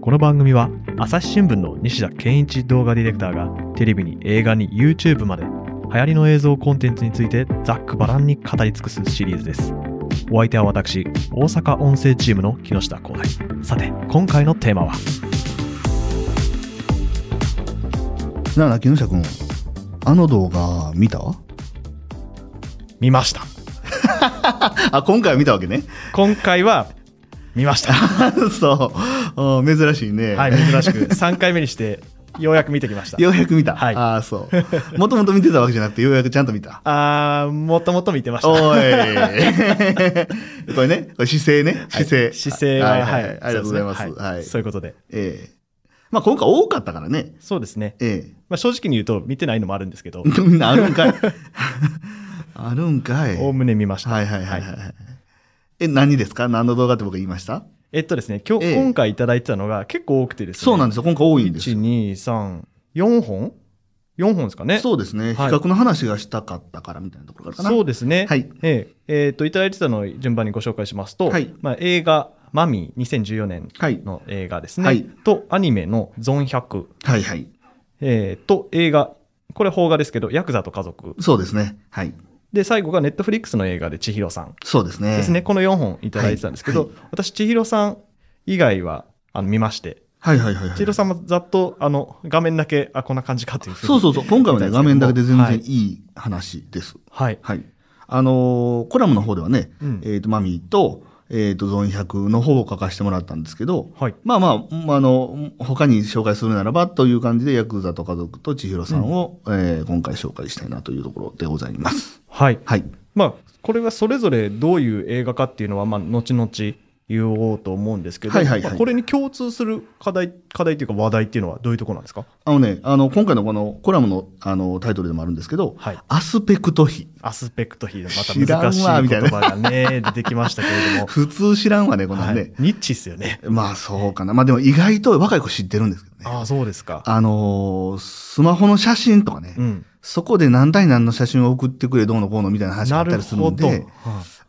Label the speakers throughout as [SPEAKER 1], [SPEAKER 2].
[SPEAKER 1] この番組は朝日新聞の西田健一動画ディレクターがテレビに映画に YouTube まで流行りの映像コンテンツについてざっくばらんに語り尽くすシリーズですお相手は私大阪音声チームの木下浩大さて今回のテーマは
[SPEAKER 2] なら木下君あの動画見た
[SPEAKER 1] 見ました
[SPEAKER 2] あ今回は見たわけね
[SPEAKER 1] 今回は見ました
[SPEAKER 2] そううん珍しい ね、
[SPEAKER 1] はい珍しく3回 目にしてようやく見てきました
[SPEAKER 2] ようやく見た、
[SPEAKER 1] はい
[SPEAKER 2] ああそうもともと見てたわけじゃなくてようやくちゃんと見た
[SPEAKER 1] あーもともと見てました
[SPEAKER 2] おい これねこれ姿勢ね姿勢、
[SPEAKER 1] はい 姿勢は、はい
[SPEAKER 2] ありがとうございます
[SPEAKER 1] そうでね
[SPEAKER 2] はい、
[SPEAKER 1] そういうことで
[SPEAKER 2] ええまあ今回多かったからね
[SPEAKER 1] そうですね、
[SPEAKER 2] え
[SPEAKER 1] まあ、正直に言うと見てないのもあるんですけど
[SPEAKER 2] えみんなあるんかい あるんかい
[SPEAKER 1] おお
[SPEAKER 2] はい
[SPEAKER 1] むね見ました、
[SPEAKER 2] はいはいはい、はい、え何ですか何の動画って僕言いました
[SPEAKER 1] えっとですね今日、
[SPEAKER 2] ええ
[SPEAKER 1] 今回いただいてたのが結構多くてですね
[SPEAKER 2] そうなんですよ今回多いんですよ
[SPEAKER 1] 1234本4本ですかね
[SPEAKER 2] そうですね、
[SPEAKER 1] はい
[SPEAKER 2] 比較の話がしたかったからみたいなところかな。
[SPEAKER 1] そうですね、
[SPEAKER 2] はい
[SPEAKER 1] えええーっといただいてたのを順番にご紹介しますと、
[SPEAKER 2] はい
[SPEAKER 1] まあ、映画「マミー」2014年
[SPEAKER 2] はい
[SPEAKER 1] の映画ですね、
[SPEAKER 2] はい
[SPEAKER 1] とアニメの「ゾン100
[SPEAKER 2] はいはい。」
[SPEAKER 1] えーと映画これ邦画ですけど「ヤクザと家族
[SPEAKER 2] そうですね。はい。」
[SPEAKER 1] で最後がネットフリックスの映画で「千尋さん」
[SPEAKER 2] そうですね。
[SPEAKER 1] ですね、。この4本いただいてたんですけど、
[SPEAKER 2] はい
[SPEAKER 1] 私、千尋さん以外はあの見まして、
[SPEAKER 2] はいはいはい、はい。
[SPEAKER 1] 千尋さんもざっとあの画面だけ、あ、こんな感じかというふうに
[SPEAKER 2] そうそうそう。今回はね、
[SPEAKER 1] 見た
[SPEAKER 2] 画
[SPEAKER 1] んですけども
[SPEAKER 2] 面だけで全
[SPEAKER 1] は
[SPEAKER 2] 然
[SPEAKER 1] い。
[SPEAKER 2] いい話です。
[SPEAKER 1] はい
[SPEAKER 2] はい。あのーコラムの方ではね、
[SPEAKER 1] うん
[SPEAKER 2] えっ、と、マミーと、えっ、と、ゾーン100の方を書かせてもらったんですけど、
[SPEAKER 1] はい
[SPEAKER 2] まあまあうん、あの、他に紹介するならばという感じで、ヤクザと家族と千尋さんを、えー今回紹介したいなというところでございます。
[SPEAKER 1] はい
[SPEAKER 2] はい。
[SPEAKER 1] まあ、これはそれぞれどういう映画かっていうのは、まあ、後々言おうと思うんですけど、
[SPEAKER 2] はいはいはい
[SPEAKER 1] まあこれに共通する課題、課題というか話題っていうのはどういうところなんですか
[SPEAKER 2] あのね、あの、今回のこのコラムのあのタイトルでもあるんですけど、
[SPEAKER 1] はい
[SPEAKER 2] アスペクト比。
[SPEAKER 1] アスペクト比でまた
[SPEAKER 2] 知らんわ
[SPEAKER 1] 難しい
[SPEAKER 2] み
[SPEAKER 1] 言
[SPEAKER 2] たいな
[SPEAKER 1] 葉がね、出てきましたけれども。
[SPEAKER 2] 普通知らんわね、この
[SPEAKER 1] はい
[SPEAKER 2] ね。
[SPEAKER 1] ニッチっすよね。
[SPEAKER 2] まあそうかな。まあでも意外と若い子知ってるんですけどね。
[SPEAKER 1] あ
[SPEAKER 2] あ
[SPEAKER 1] あ、そうですか。
[SPEAKER 2] のースマホの写真とかね、
[SPEAKER 1] うん。
[SPEAKER 2] そこで何対何の写真を送ってくれ、どうのこうのみたいな話があ
[SPEAKER 1] な
[SPEAKER 2] った
[SPEAKER 1] る
[SPEAKER 2] りする
[SPEAKER 1] ほ
[SPEAKER 2] ん
[SPEAKER 1] ど。
[SPEAKER 2] で、
[SPEAKER 1] はい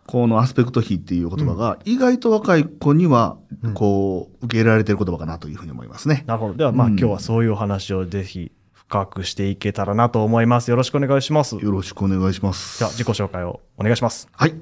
[SPEAKER 2] このアスペクト比っていう言葉が、意外と若い子には
[SPEAKER 1] うん、
[SPEAKER 2] こう、受け入れられてる言葉かなというふうに思いますね。
[SPEAKER 1] なるほど。では、まあ、
[SPEAKER 2] うん
[SPEAKER 1] 今日はそういうお話をぜひ深くしていけたらなと思います。よろしくお願いします。
[SPEAKER 2] よろしくお願いします。
[SPEAKER 1] じゃあ、自己紹介をお願いします。
[SPEAKER 2] はい。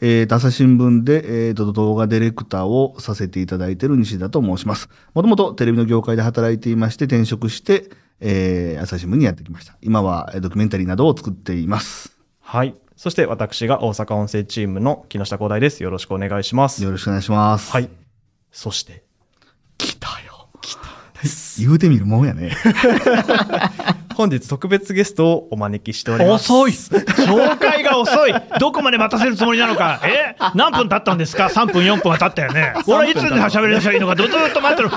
[SPEAKER 2] えーと、朝日新聞で、えーと、動画ディレクターをさせていただいている西田と申します。もともとテレビの業界で働いていまして、転職して、えー朝日新聞にやってきました。今は、えードキュメンタリーなどを作っています。
[SPEAKER 1] はい。そして、私が大阪音声チームの木下光大です。よろしくお願いします。
[SPEAKER 2] よろしくお願いします。
[SPEAKER 1] はい。。そして、
[SPEAKER 2] 来たよ。来た。言うてみるもんやね。
[SPEAKER 1] 本日特別ゲストをお招きしております。
[SPEAKER 3] 遅い紹介が遅いどこまで待たせるつもりなのかえ何分経ったんですか ?3 分、4分は経ったよね。俺はいつ喋り出したらいいのか、ずっと待ってる。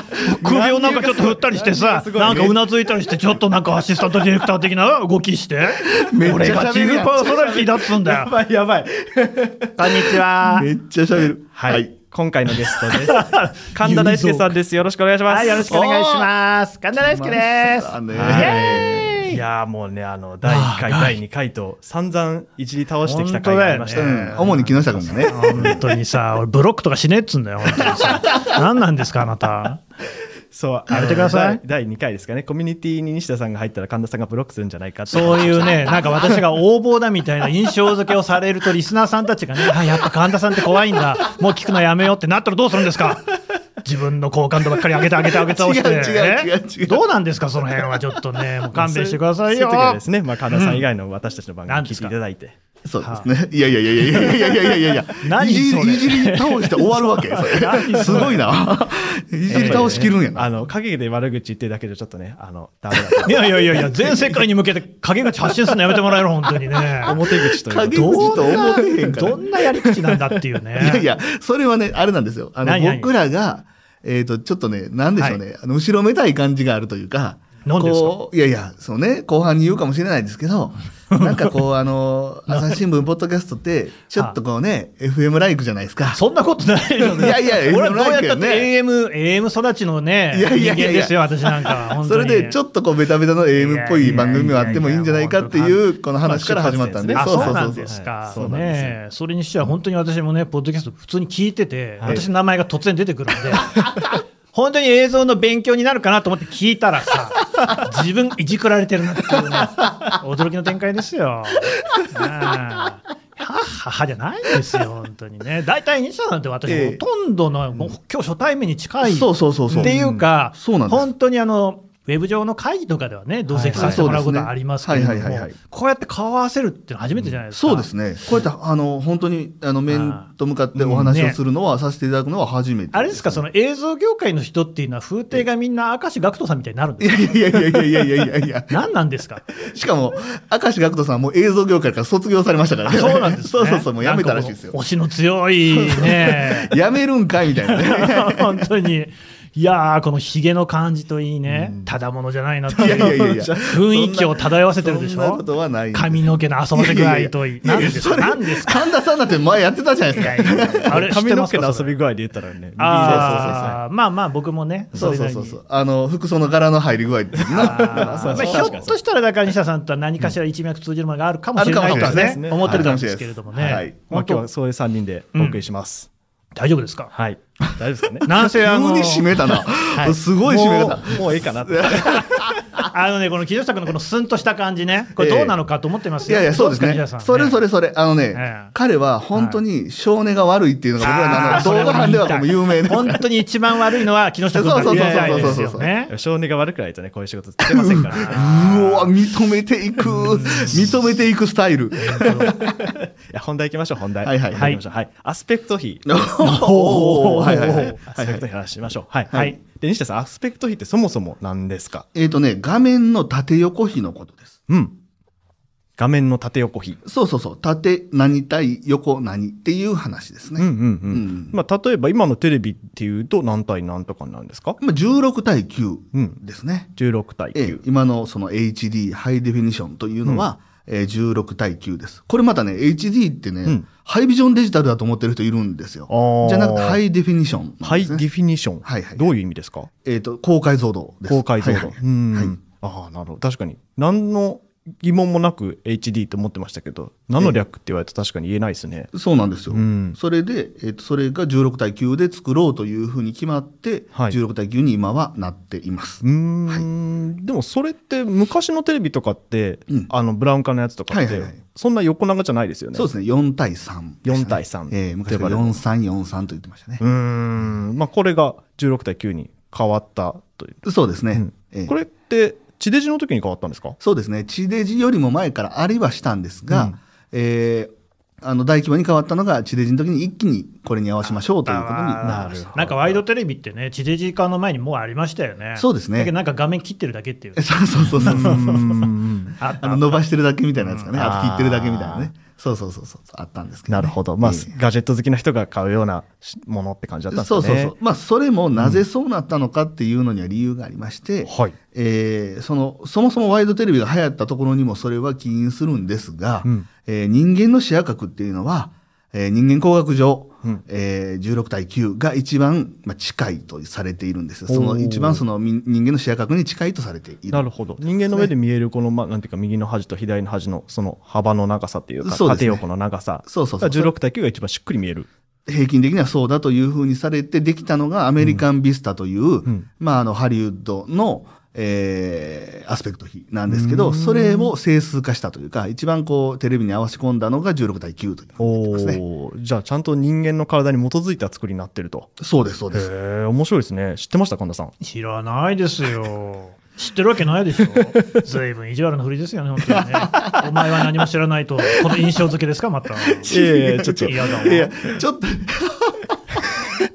[SPEAKER 3] 首をなんかちょっと振ったりしてさ、なんかうなずいたりして、ちょっとなんかアシスタントディレクター的な動きして、
[SPEAKER 2] めっちゃ喋るやん
[SPEAKER 3] 俺がチームパーソナリティだっつうん だよ。
[SPEAKER 1] ばい、やばい。 こんにちは。
[SPEAKER 2] めっちゃ喋る。
[SPEAKER 1] はい。。今回のゲストです。神田大輔さんです。よろしくお願いします。
[SPEAKER 4] はい、よろしくお願いします。神田大好きです。
[SPEAKER 2] あね
[SPEAKER 1] はいいやーもうね、あの、第1回、第2回と散々いじり倒してきた回がありました
[SPEAKER 2] う
[SPEAKER 1] ね。
[SPEAKER 2] ん。主に木下君がね。
[SPEAKER 3] 本当にさ、俺ブロックとかしねえっつうんだよ、本当にさ。何なんですか、あなた。
[SPEAKER 1] そう、
[SPEAKER 3] やめてください
[SPEAKER 1] あの第2回ですかね、コミュニティに西田さんが入ったら神田さんがブロックするんじゃないかって
[SPEAKER 3] そういうね、なんか私が横暴だみたいな印象付けをされると、リスナーさんたちがね、あ、やっぱ神田さんって怖いんだ、もう聞くのやめようってなったらどうするんですか自分の好感度ばっかり上げて上げて上げ倒して。
[SPEAKER 2] 違う違う違う違う
[SPEAKER 3] えどうなんですか、その辺はちょっとね、もう勘弁してくださいよ
[SPEAKER 1] そう。う時はですね、まあ、神田さん以外の私たちの番組
[SPEAKER 3] う
[SPEAKER 1] を
[SPEAKER 3] ん
[SPEAKER 1] 聞いていただいて。
[SPEAKER 2] そうですね。いやいやいやいやいやいやいやいやいや
[SPEAKER 3] 何
[SPEAKER 2] いじ
[SPEAKER 3] それ
[SPEAKER 2] りいじり倒して終わるわけ。それすごいな。いじり倒しきるんやな。
[SPEAKER 1] あの、陰で悪口言ってるだけじゃちょっとね、あの、ダメだと
[SPEAKER 3] いやいやいやいや、全世界に向けて陰口発信するのやめてもらえる、本当にね。
[SPEAKER 1] 表口ということで
[SPEAKER 2] 陰口と思ってへんから
[SPEAKER 3] どんなやり口なんだっていうね。
[SPEAKER 2] いやいや、それはね、あれなんですよ。あの、
[SPEAKER 3] 何何
[SPEAKER 2] 僕らが、えっ、と、ちょっとね、なんでしょうね、あの、後ろめたい感じがあるというか、
[SPEAKER 3] 何ですか
[SPEAKER 2] こういやいや、そうね、後半に言うかもしれないですけ ど、なんかこう、あの、朝日新聞、ポッドキャストって、ちょっとこうね、FM ライクじゃないですか。
[SPEAKER 3] そんなことないよね。
[SPEAKER 2] いやいや
[SPEAKER 3] 俺はどうやった
[SPEAKER 2] そ
[SPEAKER 3] っ
[SPEAKER 2] んなわけ
[SPEAKER 3] て AM、AM 育ちのね、
[SPEAKER 2] いやいやいや
[SPEAKER 3] 人間ですよ、私なんか。本
[SPEAKER 2] そ
[SPEAKER 3] 当
[SPEAKER 2] れ
[SPEAKER 3] に
[SPEAKER 2] で、ちょっとこう、ベタベタの AM っぽい番組があってもいいんじゃないかって
[SPEAKER 3] いやいや
[SPEAKER 2] いう、この話から始まったんで、
[SPEAKER 1] まあ
[SPEAKER 3] あ、
[SPEAKER 2] そう
[SPEAKER 3] そ
[SPEAKER 2] そうう
[SPEAKER 3] な
[SPEAKER 2] そう
[SPEAKER 3] ん
[SPEAKER 2] そう
[SPEAKER 3] で。すか。
[SPEAKER 1] そうなんですよ
[SPEAKER 3] ねえそれにしては本当に私もね、ポッドキャスト普通に聞いてて、私の名前が突然出てくるんで、 本当に映像の勉強になるかなと思って聞いたらさ、 自分いじくられてるなっていうね、驚きの展開ですよ。ああはっはっはじゃないんですよ、本当にね。大体西田なんて私、
[SPEAKER 2] ええ
[SPEAKER 3] ほとんどの、もう今日初対面に近い
[SPEAKER 2] そうそうそうそう。
[SPEAKER 3] っていうか、
[SPEAKER 2] そうなんです
[SPEAKER 3] 本当にあの、ウェブ上の会議とかではね、同席させてもらうことはありますけれど
[SPEAKER 2] はいはいはいは
[SPEAKER 3] も
[SPEAKER 2] い、
[SPEAKER 3] こうやって顔合わせるっていうのは初めてじゃないですか。
[SPEAKER 2] そうですね。こうやって、あの、本当に、あの、面と向かってお話をするのは、させていただくのは初めて、
[SPEAKER 3] あれですか、そ
[SPEAKER 2] の。
[SPEAKER 3] の映像業界の人っていうのは、風景がみんな明石学徒さんみたいになるん
[SPEAKER 2] い
[SPEAKER 3] です
[SPEAKER 2] や
[SPEAKER 3] か
[SPEAKER 2] いやいやいやいやいやいやいや。
[SPEAKER 3] 何なんですか
[SPEAKER 2] しかも、明石学徒さんも映像業界から卒業されましたから
[SPEAKER 3] あそうなんです、ね、
[SPEAKER 2] そうそうそう、もう辞めたらしいです
[SPEAKER 3] な
[SPEAKER 2] よ。
[SPEAKER 3] んかこ。う推しの強いね
[SPEAKER 2] 辞めるんかいみたいなね。
[SPEAKER 3] 本当に。いやー、このヒゲの感じといいね
[SPEAKER 2] うん。
[SPEAKER 3] ただものじゃ ないなって
[SPEAKER 2] いやいやいや
[SPEAKER 3] い
[SPEAKER 2] いうや。
[SPEAKER 3] 雰囲気を漂わせてるでし
[SPEAKER 2] そんな
[SPEAKER 3] ょ
[SPEAKER 2] ことはない。
[SPEAKER 3] 髪の毛の遊ばせ具合といい。何ですか何ですか
[SPEAKER 2] 神田さんだって前やってたじゃないですか。
[SPEAKER 3] あれ、知っ
[SPEAKER 1] 髪
[SPEAKER 3] てま
[SPEAKER 1] の
[SPEAKER 3] す
[SPEAKER 1] 毛の
[SPEAKER 3] かそ
[SPEAKER 1] 遊
[SPEAKER 3] れ
[SPEAKER 1] び具合で言ったらね、
[SPEAKER 3] あーまあまあ、僕もね、
[SPEAKER 2] そう
[SPEAKER 3] れ
[SPEAKER 2] そ
[SPEAKER 3] な
[SPEAKER 2] う
[SPEAKER 3] り
[SPEAKER 2] そう
[SPEAKER 3] に
[SPEAKER 2] そう。あの、服装の柄の入り具合って いう の
[SPEAKER 3] あー
[SPEAKER 1] そう
[SPEAKER 3] ま
[SPEAKER 1] そ
[SPEAKER 3] あ
[SPEAKER 1] う
[SPEAKER 3] ひょっとしたら、だから西田さんとは何かしら一脈通じるものがあるかも
[SPEAKER 2] あ
[SPEAKER 3] し
[SPEAKER 2] る
[SPEAKER 3] れ
[SPEAKER 2] か
[SPEAKER 3] な
[SPEAKER 2] もしれ
[SPEAKER 3] い
[SPEAKER 2] ない
[SPEAKER 3] と
[SPEAKER 2] ですね。
[SPEAKER 3] ね、思ってるかもしれ
[SPEAKER 2] あ
[SPEAKER 3] ないですけれどもね、
[SPEAKER 1] まあ、今日
[SPEAKER 3] 本当
[SPEAKER 1] はそういう3人でお送りします。
[SPEAKER 3] 大丈夫ですか
[SPEAKER 1] はい。大丈夫ですかね。
[SPEAKER 3] なんせあ
[SPEAKER 2] はい。
[SPEAKER 3] の
[SPEAKER 2] 急に締めたな。
[SPEAKER 3] い
[SPEAKER 2] すごい締め方
[SPEAKER 1] も。うもういいかなって。
[SPEAKER 3] あのね、この木下君のこのスンとした感じね、これどうなのかと思ってます
[SPEAKER 2] い
[SPEAKER 3] よ。
[SPEAKER 2] やいや、そうです
[SPEAKER 3] ど
[SPEAKER 2] ね
[SPEAKER 3] か西。田さん
[SPEAKER 2] それそれそれ。あのね、
[SPEAKER 3] ええ
[SPEAKER 2] 彼は本当に性根が悪いっていうのが僕らのあ
[SPEAKER 3] あー
[SPEAKER 2] の動画班ではもう有名ですから
[SPEAKER 3] 本当に一番悪いのは木下君だ
[SPEAKER 2] そうそうそうそう
[SPEAKER 3] みたいですよね。
[SPEAKER 1] 性根が悪くないとね、こういう仕事つけませんから。
[SPEAKER 2] うわ、認めていく。認めていくスタイ ル。
[SPEAKER 1] いや本題行きましょう、本題。
[SPEAKER 2] はいはい
[SPEAKER 1] 行きましょうはい。アスペクト比。
[SPEAKER 2] おーはいはいはい
[SPEAKER 1] アスペクト比話しましょう。はい。
[SPEAKER 3] は
[SPEAKER 1] はいい。で、西田さん、アスペクト比ってそもそも何ですか
[SPEAKER 2] えっとね、画面の縦横比のことです。
[SPEAKER 1] うん。画面の縦横比。
[SPEAKER 2] そうそうそう。縦何対横何っていう話です
[SPEAKER 1] うんう
[SPEAKER 2] ね。
[SPEAKER 1] んうん。
[SPEAKER 2] うん
[SPEAKER 1] まあ、例えば今のテレビっていうと何対何とかなんですか
[SPEAKER 2] まあ16対9
[SPEAKER 1] うん。
[SPEAKER 2] ですね。
[SPEAKER 1] 16対
[SPEAKER 2] ええ
[SPEAKER 1] 9。
[SPEAKER 2] 今のその HD、ハイデフィニションというのは、えー16対9です。これまたね、HD ってね、
[SPEAKER 1] うん
[SPEAKER 2] ハイビジョンデジタルだと思ってる人いるんですよ
[SPEAKER 1] あ。ー
[SPEAKER 2] じゃなくて、ハイデフィニションなん
[SPEAKER 1] ハ
[SPEAKER 2] で
[SPEAKER 1] イ
[SPEAKER 2] す
[SPEAKER 1] デ
[SPEAKER 2] ね、
[SPEAKER 1] ィフィニション。
[SPEAKER 2] はいはい
[SPEAKER 1] どういう意味ですか
[SPEAKER 2] えっ、と、高解像度です。
[SPEAKER 1] 高解像
[SPEAKER 2] はい
[SPEAKER 1] 度。
[SPEAKER 2] はいうはい
[SPEAKER 1] ん。ああ、なるほど。確かに。何の疑問もなく HD と思ってましたけど、何の略って言われると確かに言えないですね。
[SPEAKER 2] そうなんですよ。
[SPEAKER 1] うん
[SPEAKER 2] それで、えっとそれが16対9で作ろうというふうに決まって、
[SPEAKER 1] はい
[SPEAKER 2] 16対9に今はなっています。
[SPEAKER 1] うーん、でもそれって昔のテレビとかって、
[SPEAKER 2] うん
[SPEAKER 1] あのブラウン化のやつとかって、
[SPEAKER 2] はいはいはい
[SPEAKER 1] そんな横長じゃないですよね。
[SPEAKER 2] そうですね、4対3、
[SPEAKER 1] 4対3
[SPEAKER 2] ええ昔は
[SPEAKER 1] と呼ばれる
[SPEAKER 2] 4343と言ってましたね。
[SPEAKER 1] うーん、まあ、これが16対9に変わったという。
[SPEAKER 2] そうですね。
[SPEAKER 1] うん
[SPEAKER 2] ええ
[SPEAKER 1] これって地デジの時に変わったんですか
[SPEAKER 2] そうですね、地デジよりも前からありはしたんですが、
[SPEAKER 1] うん
[SPEAKER 2] えーあの大規模に変わったのが、地デジの時に一気にこれに合わせましょうということになりました。
[SPEAKER 3] なんかワイドテレビってね、地デジ化の前にもうありましたよね。
[SPEAKER 2] そうですね。
[SPEAKER 3] だけどなんか画面切ってるだけっていう
[SPEAKER 2] そうそうそうそうそう
[SPEAKER 1] うーん
[SPEAKER 3] あった
[SPEAKER 2] あの伸ばしてるだけみたいなやつかね、
[SPEAKER 1] うん
[SPEAKER 2] あと切ってるだけみたいなね、そうそうそうそう、あったんですけ ど、
[SPEAKER 1] なるほど、まあ
[SPEAKER 2] ええ
[SPEAKER 1] ガジェット好きな人が買うようなしものって感じだったんです
[SPEAKER 2] そ
[SPEAKER 1] か
[SPEAKER 2] う
[SPEAKER 1] ね。
[SPEAKER 2] そうそう、まあ、それもなぜそうなったのかっていうのには理由がありまして、
[SPEAKER 1] はい
[SPEAKER 2] えーそのそもそもワイドテレビが流行ったところにもそれは起因するんですが、
[SPEAKER 1] うん
[SPEAKER 2] えー人間の視野角っていうのは、えー人間工学上、
[SPEAKER 1] うん
[SPEAKER 2] えー16対9が一番、まあ、近いとされているんですよ。そ
[SPEAKER 1] お
[SPEAKER 2] の
[SPEAKER 1] ー
[SPEAKER 2] 一番そのみ人間の視野角に近いとされている。
[SPEAKER 1] なるほど人間の上で見えるこの、まあ、なんていうか右の端と左の端のその幅の長さっていうか
[SPEAKER 2] そうです
[SPEAKER 1] 縦
[SPEAKER 2] ね
[SPEAKER 1] 横の長さ
[SPEAKER 2] そうそうそう。
[SPEAKER 1] 16対9が一番しっくり見える。
[SPEAKER 2] 平均的にはそうだというふうにされてできたのがアメリカンビスタという、
[SPEAKER 1] ん
[SPEAKER 2] まあ、あのハリウッドの、えーアスペクト比なんですけど、それを整数化したというか、一番こうテレビに合わせ込んだのが16対9というふうになってますね。
[SPEAKER 1] おーじゃあちゃんと人間の体に基づいた作りになってると。
[SPEAKER 2] そうです、そう
[SPEAKER 1] へ
[SPEAKER 2] です。
[SPEAKER 1] え、面白いですね。知ってました神田さん。
[SPEAKER 3] 知らないですよ。知ってるわけない でしょ。ずいぶん意地悪なふりですよね、本当にね。お前は何も知らないと、この印象付けですか、ま た。
[SPEAKER 1] いやいやちょっと
[SPEAKER 3] 嫌だわ。
[SPEAKER 2] いや、ちょっと、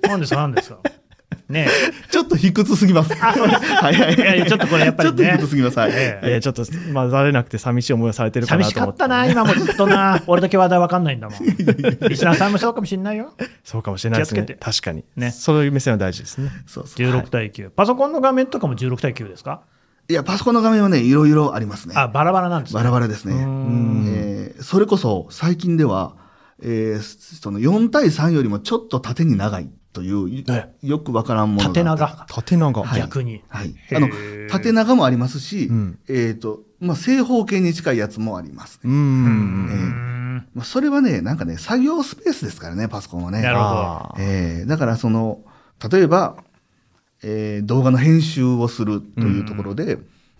[SPEAKER 3] なんですか、なんですか。ね
[SPEAKER 2] ちょっと卑屈すぎます。はいはい
[SPEAKER 3] いやいやちょっとこれやっぱり
[SPEAKER 2] ちょ
[SPEAKER 3] ね
[SPEAKER 2] っと卑屈すぎます。はい。
[SPEAKER 3] え。ね
[SPEAKER 1] い
[SPEAKER 3] え
[SPEAKER 1] やちょっと混ざれなくて寂しい思いをされてるか
[SPEAKER 3] 寂
[SPEAKER 1] な
[SPEAKER 3] し
[SPEAKER 1] と
[SPEAKER 3] か
[SPEAKER 1] 思
[SPEAKER 3] っ
[SPEAKER 1] って
[SPEAKER 3] たな、今もずっとな。俺だけ話題わかんないんだもん。リスナーさんもそうかもしれな いよ。
[SPEAKER 1] そうかもしれないですね
[SPEAKER 3] 気をつけて
[SPEAKER 1] 確かに、
[SPEAKER 3] ね
[SPEAKER 1] そういう目線は大事ですね
[SPEAKER 2] そうそう。
[SPEAKER 3] 16対9。パソコンの画面とかも16対9ですか
[SPEAKER 2] いや、パソコンの画面はね、いろいろありますね。
[SPEAKER 3] あ、バラバラなんですね
[SPEAKER 2] バラバラですね。
[SPEAKER 3] うん
[SPEAKER 2] えーそれこそ、最近では、えーその4対3よりもちょっと縦に長いという、
[SPEAKER 1] ね
[SPEAKER 2] よくわからんものがあって
[SPEAKER 3] 縦長。
[SPEAKER 1] 縦長、
[SPEAKER 2] はい
[SPEAKER 3] 逆に。
[SPEAKER 2] はい
[SPEAKER 3] へ。ー
[SPEAKER 2] あの、縦長もありますし、
[SPEAKER 1] うん
[SPEAKER 2] えっ、と、まあ、正方形に近いやつもありますね。
[SPEAKER 1] うー
[SPEAKER 3] うんん
[SPEAKER 2] まあ、それはね、なんかね、作業スペースですからね、パソコンはね。
[SPEAKER 3] なるほど
[SPEAKER 1] あー
[SPEAKER 2] えーだからその、例えば、えー動画の編集をするというところで、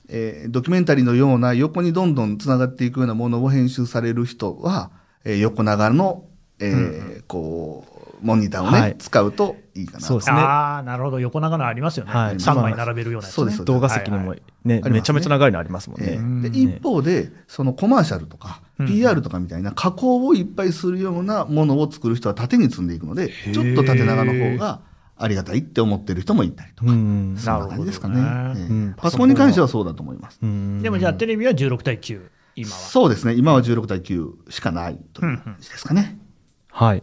[SPEAKER 2] えードキュメンタリーのような横にどんどんつながっていくようなものを編集される人は、えー横長の、えーこうモニターをね、
[SPEAKER 1] はい
[SPEAKER 2] 使うといいかなと
[SPEAKER 1] そうですね
[SPEAKER 3] ああ、なるほど。横長のありますよね。
[SPEAKER 1] はい
[SPEAKER 3] 3枚並べるようなやつ、ね。
[SPEAKER 2] そうですそうです
[SPEAKER 1] 動画席に
[SPEAKER 3] はい
[SPEAKER 1] も
[SPEAKER 3] はい
[SPEAKER 1] ね、
[SPEAKER 2] ますね
[SPEAKER 1] めちゃめちゃ長いのありますもん
[SPEAKER 2] え
[SPEAKER 1] ね。
[SPEAKER 2] えで
[SPEAKER 1] うん
[SPEAKER 2] 一方でそのコマーシャルとか
[SPEAKER 3] うん
[SPEAKER 2] PR とかみたいな加工をいっぱいするようなものを作る人は縦に積んでいくのでちょっと縦長の方がありがたいって思ってる人もいたりと
[SPEAKER 1] う
[SPEAKER 2] か、
[SPEAKER 1] ん
[SPEAKER 2] そんな感じですかね
[SPEAKER 3] なるほどね
[SPEAKER 2] ええ
[SPEAKER 1] うん
[SPEAKER 2] パソコンに関してはそうだと思います、
[SPEAKER 1] うん
[SPEAKER 3] でもじゃあテレビは16対9、今は。
[SPEAKER 2] そうですね今は16対9しかないという感じですかね、
[SPEAKER 1] はい。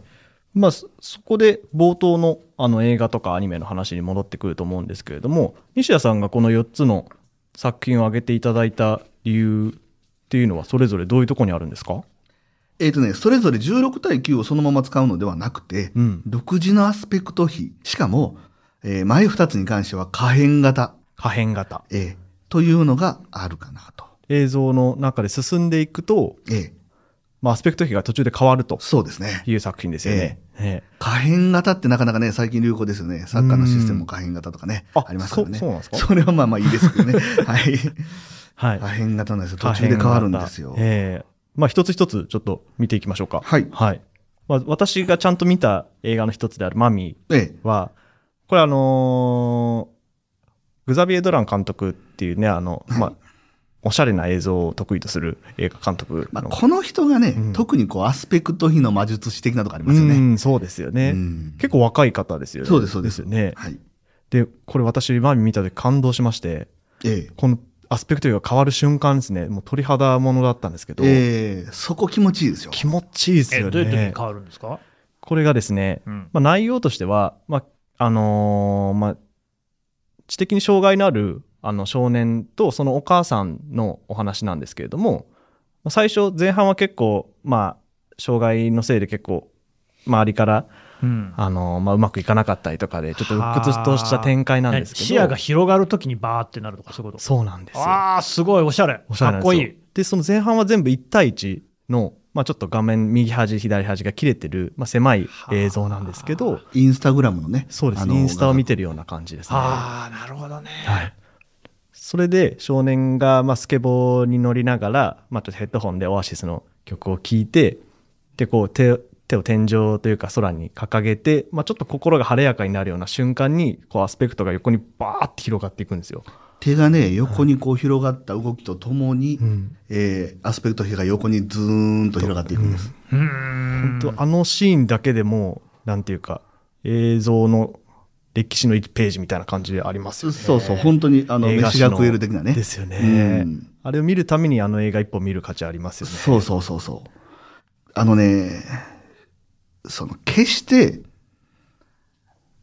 [SPEAKER 1] まあ、そそこで冒頭のあの映画とかアニメの話に戻ってくると思うんですけれども西田さんがこの4つの作品を挙げていただいた理由っていうのはそれぞれどういうところにあるんですか
[SPEAKER 2] えっ、とねそれぞれ16対9をそのまま使うのではなくて、
[SPEAKER 1] うん
[SPEAKER 2] 独自のアスペクト比しかも、えー前2つに関しては可変型、
[SPEAKER 1] 可変型
[SPEAKER 2] ええというのがあるかなと。
[SPEAKER 1] 映像の中で進んでいくと、
[SPEAKER 2] ええ
[SPEAKER 1] まあ、アスペクト比が途中で変わると
[SPEAKER 2] そうですね。
[SPEAKER 1] いう作品ですよね。ね
[SPEAKER 2] 可変型ってなかなかね、最近流行ですよね。サッカーのシステムも可変型とかね、
[SPEAKER 1] うん
[SPEAKER 2] ありますからね。
[SPEAKER 1] そそうなんですか
[SPEAKER 2] それはまあまあいいですけどね。はい。
[SPEAKER 1] はい
[SPEAKER 2] 可変型なんですよ。途中で変わるんですよ。
[SPEAKER 1] ええまあ一つ一つちょっと見ていきましょうか。
[SPEAKER 2] はい
[SPEAKER 1] まあ、私がちゃんと見た映画の一つであるマミ
[SPEAKER 2] ええ。
[SPEAKER 1] ーは、これあのーグザビエ・ドラン監督っていうね、あの、まあ、おしゃれな映像を得意とする映画監督
[SPEAKER 2] まあ、
[SPEAKER 1] の。
[SPEAKER 2] この人がね、
[SPEAKER 1] うん
[SPEAKER 2] 特にこう、アスペクト比の魔術師的なとこあり
[SPEAKER 1] う
[SPEAKER 2] ますよね。
[SPEAKER 1] ん、そうですよね。
[SPEAKER 2] うん
[SPEAKER 1] 結構若い方ですよね。
[SPEAKER 2] そうですそうです
[SPEAKER 1] よね。
[SPEAKER 2] はい。
[SPEAKER 1] で、これ私、マミー見た時感動しまして、
[SPEAKER 2] え
[SPEAKER 1] このアスペクトが変わる瞬間ですね、もう鳥肌ものだったんですけ
[SPEAKER 2] え。
[SPEAKER 1] ど、
[SPEAKER 2] ええ、そこ気持ちいいですよ。
[SPEAKER 1] 気持ちいいです
[SPEAKER 3] え
[SPEAKER 1] よね。
[SPEAKER 3] どういう時に変わるんですか、
[SPEAKER 1] これがですね、
[SPEAKER 3] うん
[SPEAKER 1] まあ、内容としては、まああのーまあ、知的に障害のあるあの少年とそのお母さんのお話なんですけれども、まあ最初前半は結構、まあ、障害のせいで結構周りから、
[SPEAKER 3] うん
[SPEAKER 1] あのーまあ、うまくいかなかったりとかでちょっと鬱屈とした展開なんですけど
[SPEAKER 3] 視野が広がるときにバーってなるとかそういうこと
[SPEAKER 1] そうなんですよ。
[SPEAKER 3] ああすごいおしゃれ
[SPEAKER 1] おしゃれな
[SPEAKER 3] かっ
[SPEAKER 1] んです
[SPEAKER 3] こ
[SPEAKER 1] よ
[SPEAKER 3] いい
[SPEAKER 1] でその前半は全部1対1の、まあ、ちょっと画面右端左端が切れてる、まあ、狭い映像なんですけど
[SPEAKER 2] インスタグラムのね。
[SPEAKER 1] そうです
[SPEAKER 2] あの
[SPEAKER 1] インスタを見てるような感じですね。
[SPEAKER 3] ああなるほどね、
[SPEAKER 1] はい、それで少年がまあスケボーに乗りながら、まあ、ちょっとヘッドホンでオアシスの曲を聴いてでこう手手を天井というか空に掲げて、まあ、ちょっと心が晴れやかになるような瞬間にこうアスペクトが横にバーって広がっていくんですよ。
[SPEAKER 2] 手がね、横にこう広がった動きとともに、
[SPEAKER 1] ん
[SPEAKER 2] ええアスペクト比が横にずーんと広がっていくんです。
[SPEAKER 3] うー
[SPEAKER 1] 本
[SPEAKER 3] ん
[SPEAKER 1] 当あのシーンだけでもうなんていうか映像の歴史の1ページみたいな感じでありますよね。
[SPEAKER 2] そうそう、本当にあの
[SPEAKER 1] 映画
[SPEAKER 2] 飯
[SPEAKER 1] 史
[SPEAKER 2] が
[SPEAKER 1] の
[SPEAKER 2] 食える的なね。
[SPEAKER 1] ですよね、
[SPEAKER 2] うん
[SPEAKER 1] あれを見るためにあの映画一本見る価値ありますよね。
[SPEAKER 2] そうそうそうそう。あのね、その、決して、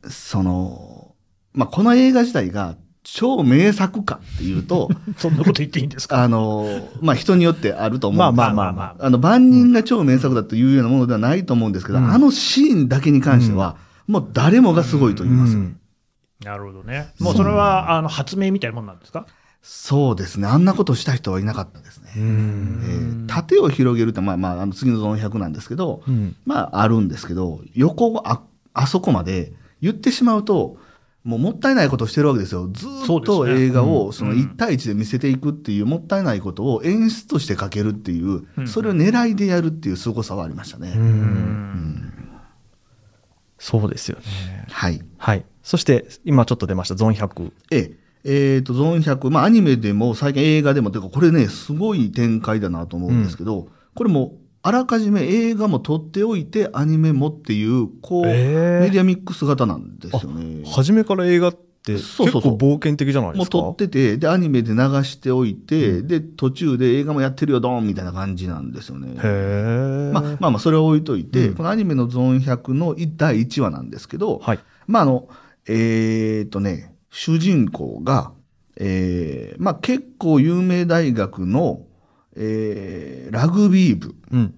[SPEAKER 2] その、まあ、この映画自体が超名作かってい うと、
[SPEAKER 3] そんなこと言っていいん ですか
[SPEAKER 2] あの、まあ、人によってあると思うんです
[SPEAKER 1] まあまあまあ
[SPEAKER 2] あの、万人が超名作だというようなものではないと思うんですけど、あのシーンだけに関しては、もう誰もがすごいと言いますよ、
[SPEAKER 1] うん
[SPEAKER 3] なるほどねもうそれはあの発明みたいなもんなんですか
[SPEAKER 2] そうですね。あんなことした人はいなかったですね。えー縦を広げるって、まあまあ、あの次のゾーン100なんですけど、
[SPEAKER 1] うん
[SPEAKER 2] まああるんですけど、横をあ、あそこまで言ってしまうと、もうもったいないことをしてるわけですよ。ずーっ
[SPEAKER 3] そう
[SPEAKER 2] と
[SPEAKER 3] ですね
[SPEAKER 2] 映画をその
[SPEAKER 3] うん
[SPEAKER 2] 1対1で見せていくっていう、もったいないことを演出としてかけるっていう
[SPEAKER 3] う、ん
[SPEAKER 2] それを狙いでやるっていう凄さはありましたね。
[SPEAKER 1] そうですよね。
[SPEAKER 2] はい。
[SPEAKER 1] はい。そして、今ちょっと出ました、ゾーン100。
[SPEAKER 2] ええ。えーと、ゾーン100、まあアニメでも最近映画でも、てかこれね、すごい展開だなと思うんですけど、これもあらかじめ映画も撮っておいてアニメもっていう、こう、
[SPEAKER 1] ええ
[SPEAKER 2] メディアミックス型なんですよね。
[SPEAKER 1] 初めから映画って
[SPEAKER 2] そう
[SPEAKER 1] 結
[SPEAKER 2] そ
[SPEAKER 1] 構
[SPEAKER 2] うそう
[SPEAKER 1] 冒険的じゃないで
[SPEAKER 2] もう
[SPEAKER 1] すか。
[SPEAKER 2] 撮ってて、で、アニメで流しておいて、で、途中で映画もやってるよ、ドーンみたいな感じなんですよ
[SPEAKER 1] へ
[SPEAKER 2] ね。
[SPEAKER 1] え。
[SPEAKER 2] まあまあまあ、それを置いといて、
[SPEAKER 1] うん
[SPEAKER 2] このアニメのゾーン100のい第1話なんですけど、
[SPEAKER 1] はい。
[SPEAKER 2] まああの、えーっとね、主人公が、えーまあ結構有名大学の、えーラグビー部
[SPEAKER 1] うん。